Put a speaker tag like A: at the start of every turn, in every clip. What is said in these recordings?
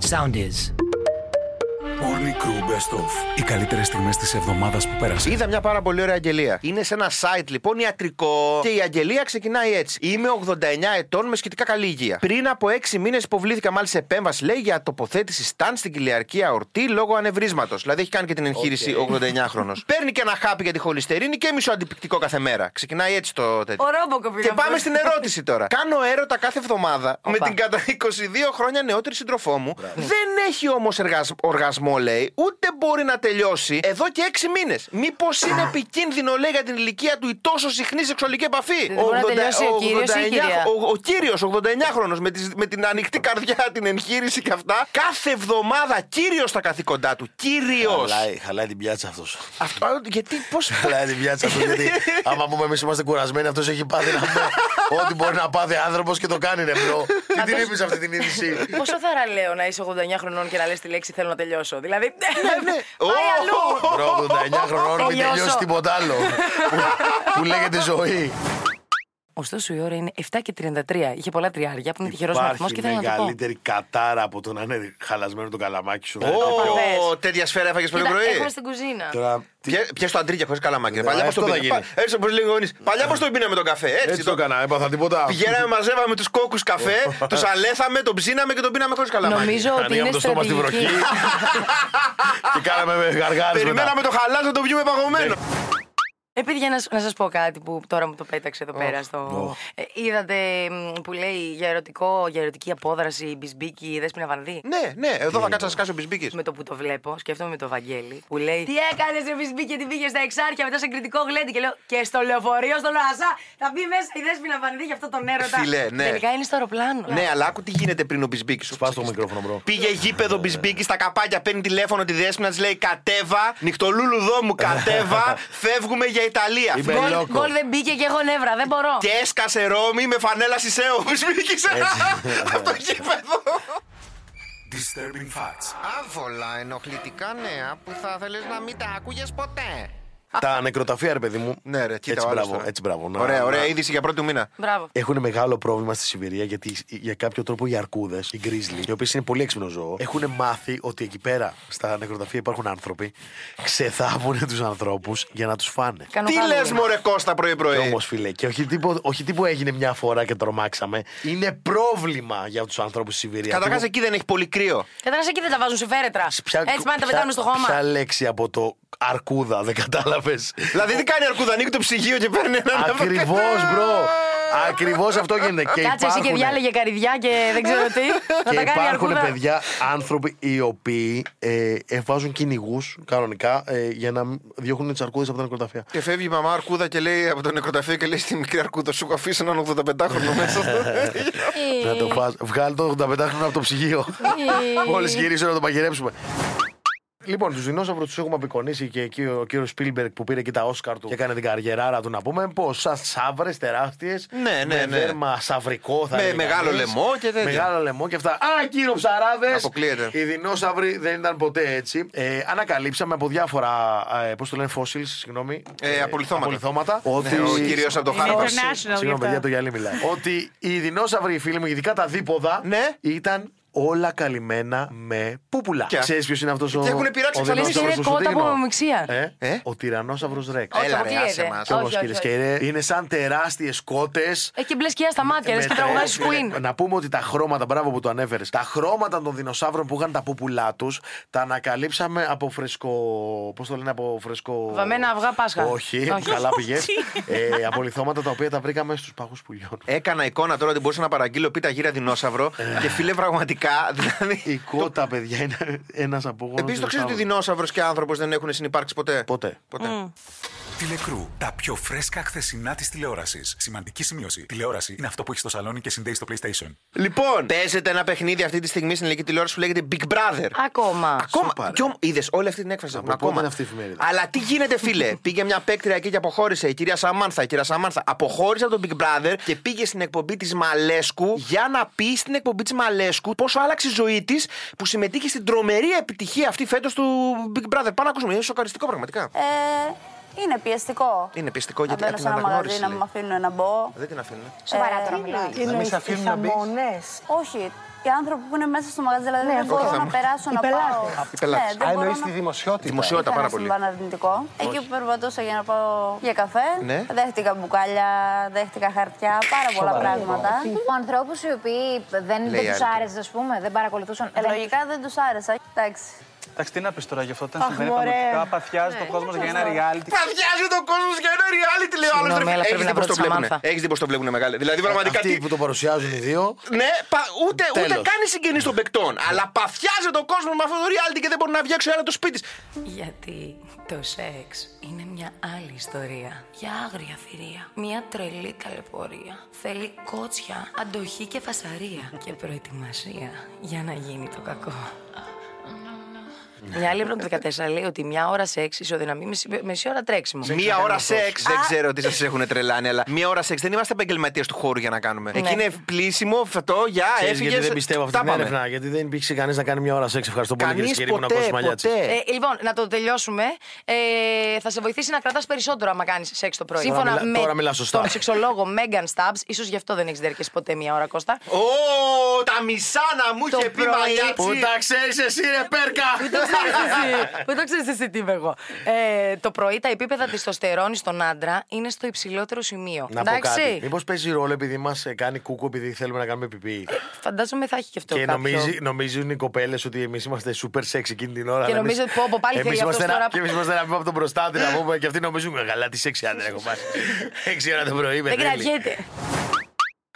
A: sound is.
B: Morning Crew Best Of. Οι καλύτερες στιγμές της εβδομάδας που πέρασε.
C: Είδα μια πάρα πολύ ωραία αγγελία. Είναι σε ένα site λοιπόν ιατρικό. Και η αγγελία ξεκινάει έτσι. Είμαι 89 ετών με σχετικά καλή υγεία. Πριν από 6 μήνες υποβλήθηκα μάλιστα επέμβαση, λέει, για τοποθέτηση στάν στην κοιλιακή αορτή λόγω ανευρίσματο. Δηλαδή έχει κάνει και την εγχείρηση 89χρονο. Παίρνει και ένα χάπι για τη χολυστερίνη και μισό αντιπικτικό κάθε μέρα. Ξεκινάει έτσι το τέτοιο.
D: Ο Ρόμποκοπ είναι
C: Και
D: αυτός.
C: πάμε στην ερώτηση τώρα. Κάνω έρωτα κάθε εβδομάδα με την κατά 22 χρόνια νεότερη σύντροφό μου. Δεν έχει όμως οργασμό, λέει, ούτε μπορεί να τελειώσει εδώ και 6 μήνες. Μήπως είναι επικίνδυνο, λέει, για την ηλικία του η τόσο συχνή σεξουαλική επαφή.
D: Δεν μπορεί να τελειώσει ο κύριος ή η κυρία.
C: ο κύριο, 89χρονο, με, τις- με την ανοιχτή καρδιά, την εγχείρηση και αυτά, κάθε εβδομάδα κύριος στα καθήκοντά του. Κύριος.
E: Χαλάει, χαλάει την πιάτσα αυτός.
C: Αυτό, α, γιατί, πώς.
E: Χαλάει την πιάτσα αυτός. Γιατί άμα πούμε εμείς είμαστε κουρασμένοι, αυτός έχει πάθει να πούμε ό,τι μπορεί να πάθει άνθρωπος και το κάνει, ρε μπρο. Τι την είπες αυτή την είδηση.
D: Πόσο θαρά λέω να είσαι 89 χρονών και να λες τη λέξη Θέλω να τελειώσω. Δηλαδή.
C: ναι.
D: Πάει
C: Ω,
D: αλλού.
E: Μπρο, 89 χρονών, μην
D: Τελειώσω.
E: τελειώσει τίποτα άλλο. που- Που λέγεται ζωή.
D: Ωστόσο η ώρα είναι 7 και 33. Είχε πολλά τριάρια που είναι τυχερό βαθμό
E: Υπάρχει
D: και θέλω να το πω.
E: μεγαλύτερη κατάρα από το να είναι χαλασμένο το καλαμάκι σου.
C: Ω,
D: Παπαδές.
C: τέτοια σφαίρα έφαγες
D: Κοίτα,
C: πρωί πρωί.
D: Έχουμε στην κουζίνα.
E: Τώρα, τι-
C: Πια το αντρίκια χωρίς καλά μάκρυα. Παλιά
E: α,
C: πώς το
E: Ε, αυτό θα
C: πίναμε.
E: γίνει.
C: Πα- Έτσι όπω λέει ο Ιωάννης. Παλιά πώς το πίναμε τον καφέ. Έτσι
E: Έτσι το
C: το
E: έκανα, έπαθα τίποτα.
C: Πηγαίναμε, μαζεύαμε τους κόκκους καφέ, τους αλέθαμε, τον ψήναμε και τον πίναμε χωρίς καλά
D: Νομίζω ότι
E: Ανοίγαμε
D: είναι
E: το στόμα στη βροχή.
D: στρατηγική.
E: και κάναμε γαργάρες μετά.
C: Περιμέναμε το χαλάζ να τον πιούμε παγωμένο.
E: Ναι.
D: Ε, παιδιά, να, σ- να σας πω κάτι που τώρα μου το πέταξε εδώ πέρα. Στο... Ε, είδατε μ, που λέει για, ερωτικό, για ερωτική απόδραση η Μπισμπίκη η Δέσποινα Βανδύ.
C: Ναι, ναι, εδώ θα κάτσα να σκάσω μπισμπίκη.
D: Με το που το βλέπω, σκέφτομαι με το Βαγγέλη που λέει Τι έκανες, ρε Μπισμπίκη, την πήγες στα εξάρια μετά σε κριτικό γλέντι. Και λέω Και στο λεωφορείο, στον Λασά, θα μπει μέσα η Δέσποινα Βανδύ για αυτό τον έρωτα.
C: Φίλε, ναι.
D: Τελικά είναι στο αεροπλάνο.
C: Ναι, αλλά άκου τι γίνεται πριν ο μπισμπίκης σου.
E: Σπάς το μικρόφωνο, μπρο.
C: Πήγε γήπεδο μπισμπίκη στα καπάκια, παίρνει τηλέφωνο τη δέσπινα, της λέει Κατέβα, νυχτολούλου δό μου, κατέβα, φεύγουμε για Ιταλία.
E: Είμαι
D: Γκολ-
E: λόκο.
D: Γκολ δεν μπήκε και έχω νεύρα, δεν μπορώ.
C: Και έσκασε Ρώμη με φανέλα σισέο. Μπισμπίκη από το γήπεδο.
B: Disturbing Facts.
C: Άβολα, ενοχλητικά νέα που θα θέλεις να μην τα άκουγες ποτέ.
E: Τα νεκροταφεία, ρε παιδί μου.
C: Ναι, ρε, κοίτα
E: έτσι,
C: ο άλλος
E: μπράβο,
C: τώρα.
E: έτσι, μπράβο. Να-
C: Ωραία,
E: να-
C: ωραία είδηση για πρώτη του μήνα.
D: Μπράβο.
E: Έχουν μεγάλο πρόβλημα στη Σιβηρία γιατί για κάποιο τρόπο οι αρκούδες, οι γκρίζλοι, οι οποίες είναι πολύ έξυπνο ζώο, έχουν μάθει ότι εκεί πέρα στα νεκροταφεία υπάρχουν άνθρωποι, ξεθάβουν τους ανθρώπους για να τους φάνε.
D: Κάνω
C: Τι
D: πάλι.
C: λες, Μωρέ Κώστα πρωί-πρωί.
E: Όμως, φίλε, και όχι τύπου, όχι τύπου έγινε μια φορά και τρομάξαμε. Είναι πρόβλημα για τους ανθρώπους στη Σιβηρία.
C: Καταρχάς
E: Τύπου-
C: εκεί δεν έχει πολύ κρύο.
D: Καταρχάς εκεί δεν τα βάζουν σε φέρετρα.
E: ποια-
D: Έτσι πάνε τα
E: ποια-
D: πετάνε στο χώμα.
E: Ποια λέξη από το αρκούδα, δεν κατάλαβες.
C: Δηλαδή τι κάνει η αρκούδα, ανοίγει το ψυγείο και παίρνει ένα
E: Ακριβώ, μπρο. Ακριβώς αυτό γίνεται. Και
D: Κάτσε εσύ και
E: υπάρχουνε-
D: διάλεγε καριδιά και δεν ξέρω τι. Να
E: Και
D: τα κάνει η
E: υπάρχουν
D: αρκούδα.
E: παιδιά, άνθρωποι οι οποίοι ε, ε, βάζουν κυνηγούς κανονικά ε, για να μ- διώχνουν τι αρκούδε από τα νεκροταφεία.
C: Και φεύγει η μαμά αρκούδα και λέει από το νεκροταφείο και λέει στη μικρή αρκούδα σου έχω αφήσει έναν 85χρονο μέσα στο.
E: Να το φας. Βγάλει το 85χρονο από το ψυγείο. Μόλις γυρίσω να το παγερέψουμε. Λοιπόν, τους δεινόσαυρους τους έχουμε απεικονίσει και εκεί ο κύριος Σπίλμπεργκ που πήρε εκεί τα Όσκαρ του και έκανε την καριεράρα του να πούμε. Πω, σαν σαύρες τεράστιες.
C: Ναι, ναι,
E: με
C: ναι.
E: δέρμα σαυρικό θα
C: Με
E: έλεγε
C: μεγάλο
E: κανείς.
C: λαιμό και τέτοια.
E: Μεγάλο λαιμό και αυτά. Α, κύριο Ψαράδες!
C: Αποκλείεται.
E: Οι δεινόσαυροι δεν ήταν ποτέ έτσι. Ε, ανακαλύψαμε από διάφορα. Ε, Πώς το λένε, fossils, συγγνώμη.
C: Ε, απολυθώματα.
E: ότι...
C: Ναι, ο κύριος από το Χάρβαρντ.
F: International γι'
E: Συγγνώμη, παιδιά,
F: αυτά.
E: το γυαλί μιλάει. ότι οι δεινόσαυροι, φίλοι μου, ειδικά τα δίποδα,
C: Ναι.
E: ήταν όλα καλυμμένα με πούπουλα.
C: Και-
E: Ξέρεις ποιος είναι αυτός ο.
C: Και έχουν πειράξει
E: ο
C: εξαλείψει.
E: δεινόσαυρος
D: Είναι
E: του
D: κότα
E: Σωτήρινο.
D: από μομιξία.
E: Ε,
C: Ε?
E: Ο τυρανόσαυρο Ρέξ.
D: Όχι,
C: Έλα, ρε,
D: αποκλείεται.
C: άσε μας.
E: Κι όμως,
D: Όχι, όχι,
E: κυρίες
D: όχι.
E: και κύριοι, είναι σαν τεράστιες κότες.
D: Έχει μπλε σκιά στα μάτια, λε Ε, και
E: Μετρέ-
D: τραγουδάει σου Queen.
E: Να πούμε ότι τα χρώματα, μπράβο που το ανέφερες, τα χρώματα των δεινοσαύρων που είχαν τα πούπουλά τους τα ανακαλύψαμε από φρεσκο. Πώς το λένε, από φρεσκο.
D: Βαμμένα αυγά Πάσχα.
E: Όχι,
D: Όχι.
E: καλά πηγέ. ε, από λιθώματα τα οποία τα βρήκαμε στους πάγου πουλιών.
C: Έκανα εικόνα τώρα ότι μπορούσα να παραγγείλω πίτα γύρα δεινόσαυρο
E: Ε.
C: και φίλε πραγματικά.
E: Η
C: Δηλαδή.
E: κότα, παιδιά, είναι ένας απόγονος.
C: Επίσης το ξέρεις ότι δεινόσαυρο και άνθρωπος δεν έχουν συνεπάρξει ποτέ.
E: Ποτέ.
C: Ποτέ.
B: Τηλεκρού. Τα πιο φρέσκα χθεσινά της τηλεόρασης. Σημαντική σημείωση. Τηλεόραση είναι αυτό που έχεις στο σαλόνι και συνδέεις στο PlayStation.
C: Λοιπόν, παίζεται ένα παιχνίδι αυτή τη στιγμή στην ελληνική τηλεόραση που λέγεται Big Brother.
D: Ακόμα.
C: Ακόμα.
E: Σούπα, ρε.
C: Κι είδες όλη αυτή την έκφραση.
E: Από πότε
C: ακόμα.
E: είναι αυτή η εφημερίδα?
C: Αλλά τι γίνεται, φίλε. πήγε μια παίκτρια εκεί και αποχώρησε. Η κυρία Σαμάνθα. Η κυρία Σαμάνθα αποχώρησε από τον Big Brother και πήγε στην εκπομπή της Μαλέσκου για να πει στην εκπομπή της Μαλέσκου πόσο άλλαξε η ζωή της που συμμετείχε στην τρομερή επιτυχία αυτή φέτος του Big Brother. Πάμε να ακούσουμε. Είναι σοκαριστικό πραγματικά.
G: Ε, είναι πιεστικό.
C: Είναι πιστικό γιατί
G: να μπαίνω
C: την
G: σε ένα μαγαζί
C: αναγνώρισε.
G: να μην με αφήνουν να μπω. ε,
C: Δεν την αφήνουν.
G: Σοβαρά τώρα μιλάω.
H: Είναι οι θαμονές.
G: Όχι, και άνθρωποι που είναι μέσα στο μαγαζί. Δηλαδή δεν μπορώ
C: θα
G: να
C: μου-
G: περάσω
A: Οι
G: να πάω. Ναι,
A: πελάτες.
C: Οι πελάτες.
G: δεν
A: Α,
G: μπορώ
A: εννοείς
G: να-
A: τη δημοσιότητα.
C: Δημοσιότητα.
G: Είχα
C: πάρα
G: ένα
C: πολύ.
G: συμβάν αρνητικό. Εκεί που περπατούσα για να πάω για καφέ,
C: Ναι.
G: δέχτηκα μπουκάλια, δέχτηκα χαρτιά, πάρα πολλά πράγματα.
F: Από ανθρώπους οι οποίοι δεν,
C: Λέει
F: δεν τους
C: άλλη.
F: άρεσε, ας πούμε, δεν παρακολουθούσαν.
G: Ε,
F: δεν-
G: Λογικά δεν τους άρεσα. Εντάξει.
H: Εντάξει, τι να πεις τώρα γι' αυτό. Όταν
A: Αχ,
H: συμβαίνει
A: μωρέ. Ναι.
H: πραγματικά, παθιάζει το κόσμος για ένα reality.
C: Παθιάζει τον κόσμο για ένα reality, λέει ο άλλος,
D: Συγγνώμη,
C: ρε φίλε.
D: αλλά
C: Έχεις
D: πρέπει
C: δει
D: να
C: πώς
D: βρω
C: το
D: τη
C: βλέπουνε.
D: Σαμάνθα.
C: Έχεις δει πώς το βλέπουνε, μεγάλε. Δηλαδή, πραγματικά τι.
E: Ε, Αυτοί που το παρουσιάζουν οι δύο.
C: Ναι, πα- ούτε, ούτε
E: Τέλος. Ναι.
C: καν οι συγγενείς των παικτών. Αλλά παθιάζει τον κόσμο με αυτό το reality και δεν μπορεί να βγει έξω η άλλη από το σπίτι. της.
I: Γιατί το σεξ είναι μια άλλη ιστορία. Για άγρια θηρία. Μια τρελή ταλαιπωρία. Θέλει κότσια, αντοχή και φασαρία. και προετοιμασία για να γίνει το κακό.
D: Μια άλλη από το 14 λέει ότι μια ώρα σεξ ισοδυναμεί με μισή ώρα τρέξιμο.
C: Μία ώρα σεξ. Δεν ξέρω τι σας έχουν τρελάνει, αλλά μία ώρα σεξ. Δεν είμαστε επαγγελματίες του χώρου για να κάνουμε. Εκεί είναι πλήσιμο, φετό, γεια,
E: Ναι. Ξέρεις
C: έφυγες.
E: γιατί δεν πιστεύω αυτή την έρευνα, γιατί δεν υπήρξε κανείς να κάνει μια ώρα σεξ. Ευχαριστώ πολύ κυρίε
C: Κανείς
E: και κύριοι που να
C: ποτέ,
E: ακούσουμε μαλλιά της.
C: ποτέ.
D: Ε, λοιπόν, να το τελειώσουμε. Ε, θα σε βοηθήσει να κρατάς περισσότερο άμα κάνεις σεξ το πρωί.
E: Τώρα μιλά- τώρα μιλά σωστά.
D: τον σεξολόγο Megan Stubbs, ίσως γι' αυτό δεν έχεις διαρκέσει ποτέ μία ώρα, Κώστα.
C: Ω, τα μισά να μου
D: Το
C: είχε πει
D: πρωί.
C: μαλλιά
E: Πού τα ξέρεις εσύ, ρε Πέρκα!
D: Δεν το ξέρεις εσύ τι είμαι εγώ. Ε, το πρωί τα επίπεδα τη στον άντρα είναι στο υψηλότερο σημείο.
E: Να πω κάτι. Μήπως παίζει ρόλο επειδή μας κάνει κούκο επειδή θέλουμε να κάνουμε πιπί.
D: Φαντάζομαι θα έχει και αυτό
E: Και
D: κάποιο.
E: νομίζει, νομίζουν οι κοπέλες ότι εμείς είμαστε super sex εκείνη την ώρα.
D: Και
E: αλλά
D: νομίζω
E: εμείς-
D: ότι πω, πω, πάλι
E: εμείς
D: θέλει
E: είμαστε
D: αυτός
E: ένα-
D: τώρα.
E: Και εμείς είμαστε να πούμε από τον προστάτη να πούμε και αυτοί νομίζουν. «Ε, Καλά, τι σεξ άντρα έχω πάρει. 6 ώρα το πρωί με
D: Δεν κρατιέται.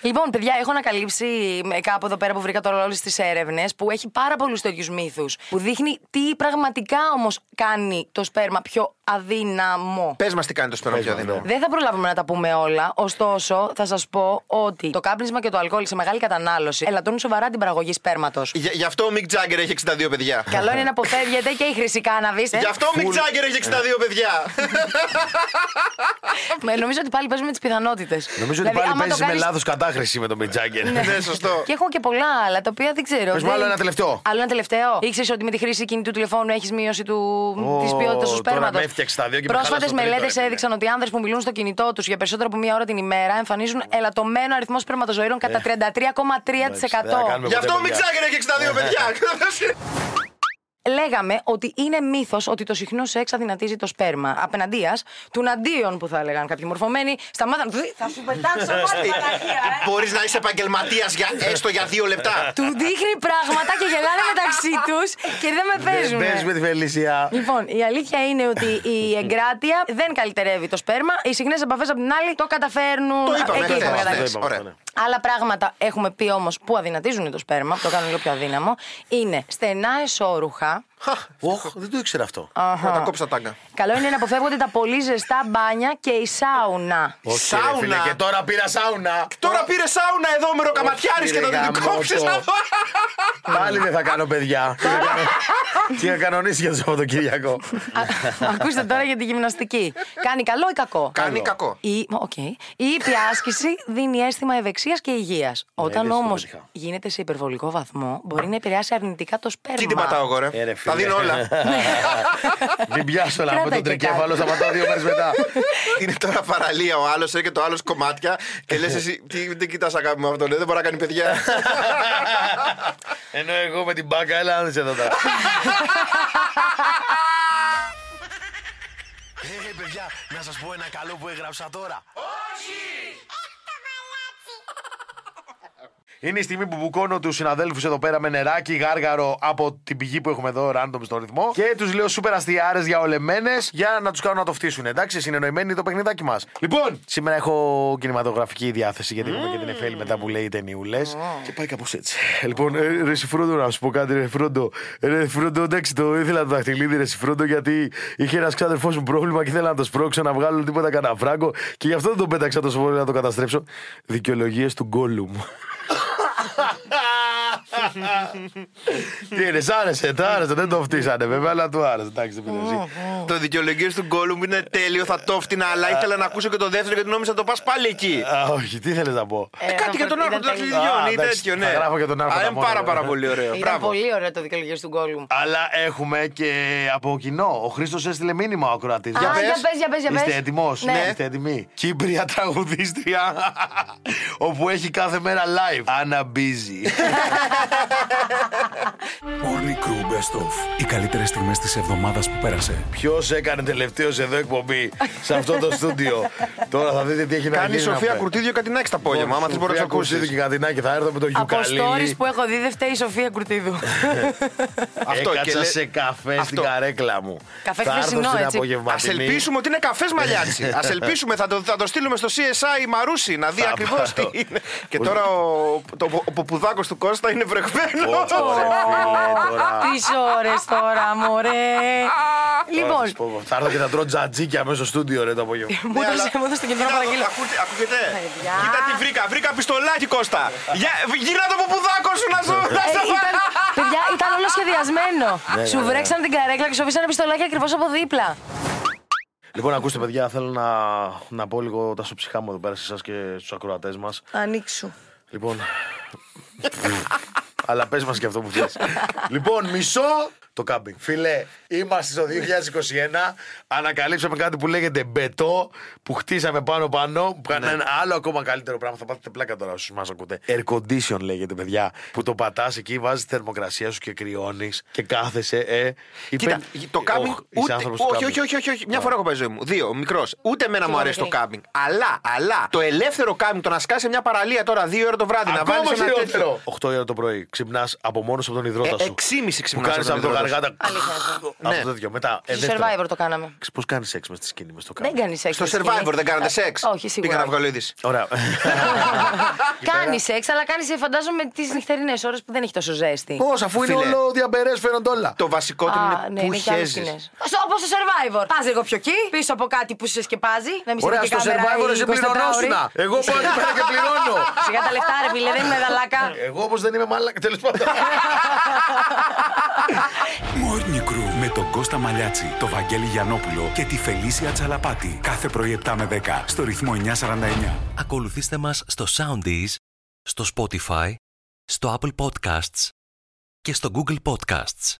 D: Λοιπόν, παιδιά, έχω ανακαλύψει ε, κάπου εδώ πέρα που βρήκα τώρα όλε τι έρευνες που έχει πάρα πολλούς τέτοιους μύθους. Που δείχνει τι πραγματικά όμως κάνει το σπέρμα πιο αδύναμο.
C: Πες μας τι κάνει το σπέρμα πιο αδύναμο.
E: ναι.
D: Δεν θα προλάβουμε να τα πούμε όλα. Ωστόσο, θα σας πω ότι το κάπνισμα και το αλκοόλ σε μεγάλη κατανάλωση ελαττώνουν σοβαρά την παραγωγή σπέρματος.
C: Γι' γι' αυτό ο Μικ Τζάγκερ έχει 62 παιδιά.
D: Καλό είναι να αποφεύγεται και η χρυσή ε. κάναβη.
C: Γι' αυτό ο Μικ Τζάγκερ
E: Ε.
C: έχει 62 παιδιά.
D: Νομίζω ότι πάλι παίζουμε Δηλαδή, τις πιθανότητες.
E: Νομίζω ότι πάλι παίζεις με λάθο κατάχρηση με τον Μιτζάγκερ.
C: Ναι, σωστό.
D: Και έχω και πολλά άλλα τα οποία δεν ξέρω.
E: Πες μου
D: Δεν-
E: άλλο ένα τελευταίο.
D: Άλλο ένα τελευταίο. Ήξερες ότι με τη χρήση κινητού τηλεφώνου έχεις μείωση του...
E: Ω,
D: της ποιότητας του
E: τώρα
D: σπέρματο.
E: με έφτιαξε τα δύο και με
D: Πρόσφατε
E: χάλασε το τρίτο, ρε
D: μελέτε
E: φίλε.
D: έδειξαν ότι οι άνδρες που μιλούν στο κινητό τους για περισσότερο από μία ώρα την ημέρα εμφανίζουν ελαττωμένο αριθμό σπερματοζωήρων
E: Ε.
D: κατά 33,3%.
E: κάνουμε
C: Γι' αυτό ο Μικ
E: ποτέ, παιδιά. Ε.
C: Τζάγκερ έχει 62 παιδιά.
D: Λέγαμε ότι είναι μύθος ότι το συχνό σεξ αδυνατίζει το σπέρμα. Απέναντία του αντίον που θα έλεγαν κάποιοι μορφωμένοι, σταμάταν. Θα σου πετάξω μάτι,
C: Μπορείς να είσαι επαγγελματίας έστω για δύο
E: Ε.
C: λεπτά.
D: Του δείχνει πράγματα και γελάνε μεταξύ τους και δεν με παίζουν.
E: Μπες με τη Φελίσια.
D: Λοιπόν, η αλήθεια είναι ότι η εγκράτεια δεν καλυτερεύει το σπέρμα. Οι συχνές επαφές από την άλλη το καταφέρνουν.
C: Το είπαμε,
D: Ε, Εκεί
C: χθες,
D: είχαμε
C: χθες.
D: καταλήξει.
C: Ωραία.
E: αυτό, ναι.
D: Άλλα πράγματα έχουμε πει όμως που αδυνατίζουν το σπέρμα, που το κάνουν λίγο πιο αδύναμο, είναι στενά εσώρουχα.
E: Οχ, δεν το ήξερα αυτό.
C: Να τα κόψα τάγκα.
D: Καλό είναι να αποφεύγονται τα πολύ ζεστά μπάνια και η σάουνα.
E: Όχι, ρε φίλε,
C: Σάουνα.
E: Και τώρα πήρα σάουνα.
C: Τώρα πήρε σάουνα εδώ με ροκαματιάρη
E: Όχι,
C: και
E: ρε,
C: τον
E: γαμώτο.
C: κόψε.
E: Πάλι δεν θα κάνω παιδιά. Τι θα κάνω- Τι θα κανονίσει για το Σαββατοκύριακο.
D: Α,
E: Ναι.
D: Ακούστε τώρα για τη γυμναστική. Κάνει καλό ή κακό.
C: Κάνει κακό.
D: Η, οκ. η ήπια άσκηση δίνει αίσθημα ευεξίας και υγείας. Όταν
C: Ναι,
E: είδες, το
D: όμω
E: πετύχα.
D: γίνεται σε υπερβολικό βαθμό, μπορεί να επηρεάσει αρνητικά το σπέρμα.
C: Τι την πατάω εγώ,
E: Ε, ρε,
C: ρε.
E: φίλε.
C: Τα δίνω όλα.
E: Μην πιάσω να με
D: Κράτα
E: τον
D: και
E: τρικέφαλο,
D: κάτι.
E: σταματάω δύο μέρες μετά.
C: Είναι τώρα παραλία ο άλλος, έρχεται το άλλος κομμάτια και λες εσύ. Τι δεν κοιτάς αγάπη μου αυτό, λέει, δεν μπορεί να κάνει παιδιά.
E: Ενώ εγώ με την μπάκα, έλα άνοιξε εδώ τώρα. Ε, παιδιά, να σας πω ένα καλό που έγραψα τώρα. Είναι η στιγμή που μπουκώνω τους συναδέλφους εδώ πέρα με νεράκι, γάργαρο από την πηγή που έχουμε εδώ, random στον ρυθμό. Και τους λέω σούπερ αστιάρες για ολεμένες για να τους κάνω να το φτύσουν. Εντάξει, συνεννοημένοι το παιχνιδάκι μας. Λοιπόν, σήμερα έχω κινηματογραφική διάθεση γιατί έχουμε και την Εφέλη μετά που λέει ταινιούλες. Και πάει κάπως έτσι. Λοιπόν, ε, ρε Σιφρόντο, να σου πω κάτι, ρε Φρόντο. Ρε Φρόντο, εντάξει, το ήθελα το δαχτυλίδι, ρε Σιφρόντο, γιατί είχε ένας ξάδερφός μου πρόβλημα και ήθελα να το σπρώξω, να βγάλω τίποτα κανένα φράγκο και γι' αυτό δεν τον πέταξα τόσο πολύ να το καταστρέψω. Δικαιολογίες του γκόλουμ. Τι είναι, σ' άρεσε, το άρεσε, δεν το φτύσανε βέβαια, αλλά του άρεσε. Εντάξει, δεν πειράζει.
C: Το δικαιολογίες του Γκόλουμ είναι τέλειο, θα το φτύνα,
E: Ε.
C: αλλά ήθελα να ακούσω και το δεύτερο γιατί νόμιζα να το πας πάλι εκεί.
E: Α, όχι, τι θέλεις να πω.
C: Ε, κάτι για τον άρχοντα των
E: Α,
C: Αθλητιδιών ή
E: εντάξει,
C: τέτοιο,
E: θα
C: ναι.
E: γράφω για τον άρχοντα
C: Α, είναι
E: μόνο,
C: πάρα
E: ναι.
C: πάρα πολύ ωραίο.
D: Ήταν
C: Μπράβο.
D: πολύ ωραίο το δικαιολογείο του γκόλου μου.
E: Αλλά έχουμε και από κοινό. Ο Χρήστος έστειλε μήνυμα ο Κροατή.
F: Α, για πες, για πες, για πες.
E: Είστε έτοιμος.
F: Ναι.
E: Είστε έτοιμοι. Κύπρια τραγουδίστρια. όπου έχει κάθε μέρα live. Αναμπίζει.
B: Morning Crew Best Of. Οι καλύτερες στιγμές της εβδομάδας που πέρασε.
E: Ποιος έκανε τελευταίο εδώ εκπομπή σε αυτό το στούντιο. Τώρα θα δείτε τι έχει να γίνει.
C: Κάνει η Σοφία
E: να πούμε.
C: Κουρτίδιο κάτι να έχει τα απόγευμα. Άμα θε μπορείς να
E: Σοφία
C: του ακούσει.
E: Κουρτίδου και Κατινάκη θα έρθω με το
D: Από stories
E: γιουκαλί.
D: που έχω δει δεν φταίει η Σοφία Κουρτίδου.
C: Αυτό και
E: Έκατσα
C: λέ-
E: σε καφέ στην
C: Αυτό.
E: καρέκλα μου.
D: Καφέ
E: θα έρθω
D: χθεσινό,
E: στην
D: έτσι.
C: Α
E: απογευματινή.
C: ελπίσουμε ότι είναι καφές μαλλιάτσι. Ας ελπίσουμε, θα το, θα το στείλουμε στο CSI Μαρούσι να δει
E: Θα
C: ακριβώς τι
E: πάρω.
C: είναι. Και τώρα ο, το, ο ποπουδάκο του Κώστα είναι βρεγμένος. Ναι,
E: Ω, ρε φίλε, τώρα.
D: Τις ώρες τώρα, μωρέ.
E: Τώρα
D: Λοιπόν,
E: σας πω, Θα έρθω και θα τρώω τζατζίκια μέσα στο στούντιο ρε το απόγευμα.
D: μου
C: Ναι, αλλά-
D: έδωσε- μου έδωσε το κεντρικό
C: Κοίτα εδώ,
D: παραγγείλω.
C: ακούτε- Ακούγεται. Κοίτα τι βρήκα. Βρήκα πιστολάκι Κώστα. Για- Γύρνα το ποπουδάκο σου να σου να
D: Ε,
C: σε
D: ήταν,
C: πάρω.
D: παιδιά, ήταν όλο σχεδιασμένο. Σου
E: ναι, ναι.
D: βρέξαν την καρέκλα και σου αφήσανε πιστολάκι ακριβώς από δίπλα.
E: Λοιπόν, ακούστε, παιδιά, θέλω να, να πω λίγο τα σοψυχά μου εδώ πέρα σε εσάς και στους ακροατές μας.
D: Ανοίξου.
E: Λοιπόν. Αλλά πες μας και αυτό που θες. λοιπόν, μισό το κάμπινγκ. Φίλε, είμαστε στο 2021. Ανακαλύψαμε κάτι που λέγεται μπετό, που χτίσαμε πάνω-πάνω. Που
C: Ναι.
E: κάνει ένα άλλο ακόμα καλύτερο πράγμα. Θα πάθετε πλάκα τώρα όσους μας ακούτε. Air condition λέγεται, παιδιά. Που το πατάς εκεί, βάζεις θερμοκρασία σου και κρυώνεις και κάθεσαι. Ε,
C: Κοίτα, το κάμπινγκ. Ούτε, Ε, όχι, όχι, όχι, όχι, όχι. Μια φορά έχω πάει στη ζωή μου. Δύο, μικρός. Ούτε εμένα μου αρέσει το
D: ωραία.
C: κάμπινγκ. Αλλά, αλλά το ελεύθερο κάμπινγκ, το να σκάσει μια παραλία τώρα δύο ώρα το βράδυ, να βάλεις ένα τέτοιο.
E: 8 η ώρα το πρωί ξυπνάς από μόνος από τον υδρότα
C: Ε,
E: σου.
C: εξήμιση
E: Που
C: ξυπνάς
E: κάνει
C: όταν
E: από το
C: υδρώνεις.
E: γαργάτα.
D: Αλήθεια αυτό.
E: Από
C: Ναι.
E: το τέτοιο. Μετά. Ε,
D: Στο
E: δεύτερο.
D: survivor το κάναμε.
E: Πώς κάνεις σεξ μες στη σκηνή με στο
D: Δεν
E: κάνεις.
D: κάνεις σεξ.
C: Στο
D: στη
C: survivor
D: σκηνή.
C: δεν κάνατε
D: Ε,
C: σεξ.
D: Όχι, σίγουρα.
C: Πήγα να βγάλω είδηση.
E: Ωραία.
D: Κάνεις σεξ, αλλά κάνεις, φαντάζομαι, τις νυχτερινές ώρες που δεν έχει τόσο ζέστη.
E: Πώς, αφού είναι
C: Φίλε.
E: όλο διαμπερές, φαίνονται όλα.
C: Το βασικό του
D: Α, ναι,
C: είναι που
D: και άλλες
C: χέζεις.
D: σκηνές. Στο- Όπως στο Survivor. Πας λίγο πιο εκεί, πίσω από κάτι που σε σκεπάζει. Να μην σε
E: Ωραία,
D: δει και
E: στο
D: κάμερα
E: survivor
D: η
E: εσύ
D: 24
E: πληρωνόσουνα.
D: ώρη.
E: Εγώ πάω εκεί πέρα και πληρώνω.
D: Σιγά τα λεφτά, ρε φίλε, δεν είμαι δαλάκα.
E: Εγώ όμω δεν είμαι μάλακα, τέλος πάντων.
B: Morning Crew με τον Κώστα Μαλιάτσι, τον Βαγγέλη Γιανόπουλο και τη Φελίσια Τσαλαπάτη. Κάθε πρωί 7 με 10 στο ρυθμό 949.
A: Ακολουθήστε μας στο Soundees, στο Spotify, στο Apple Podcasts και στο Google Podcasts.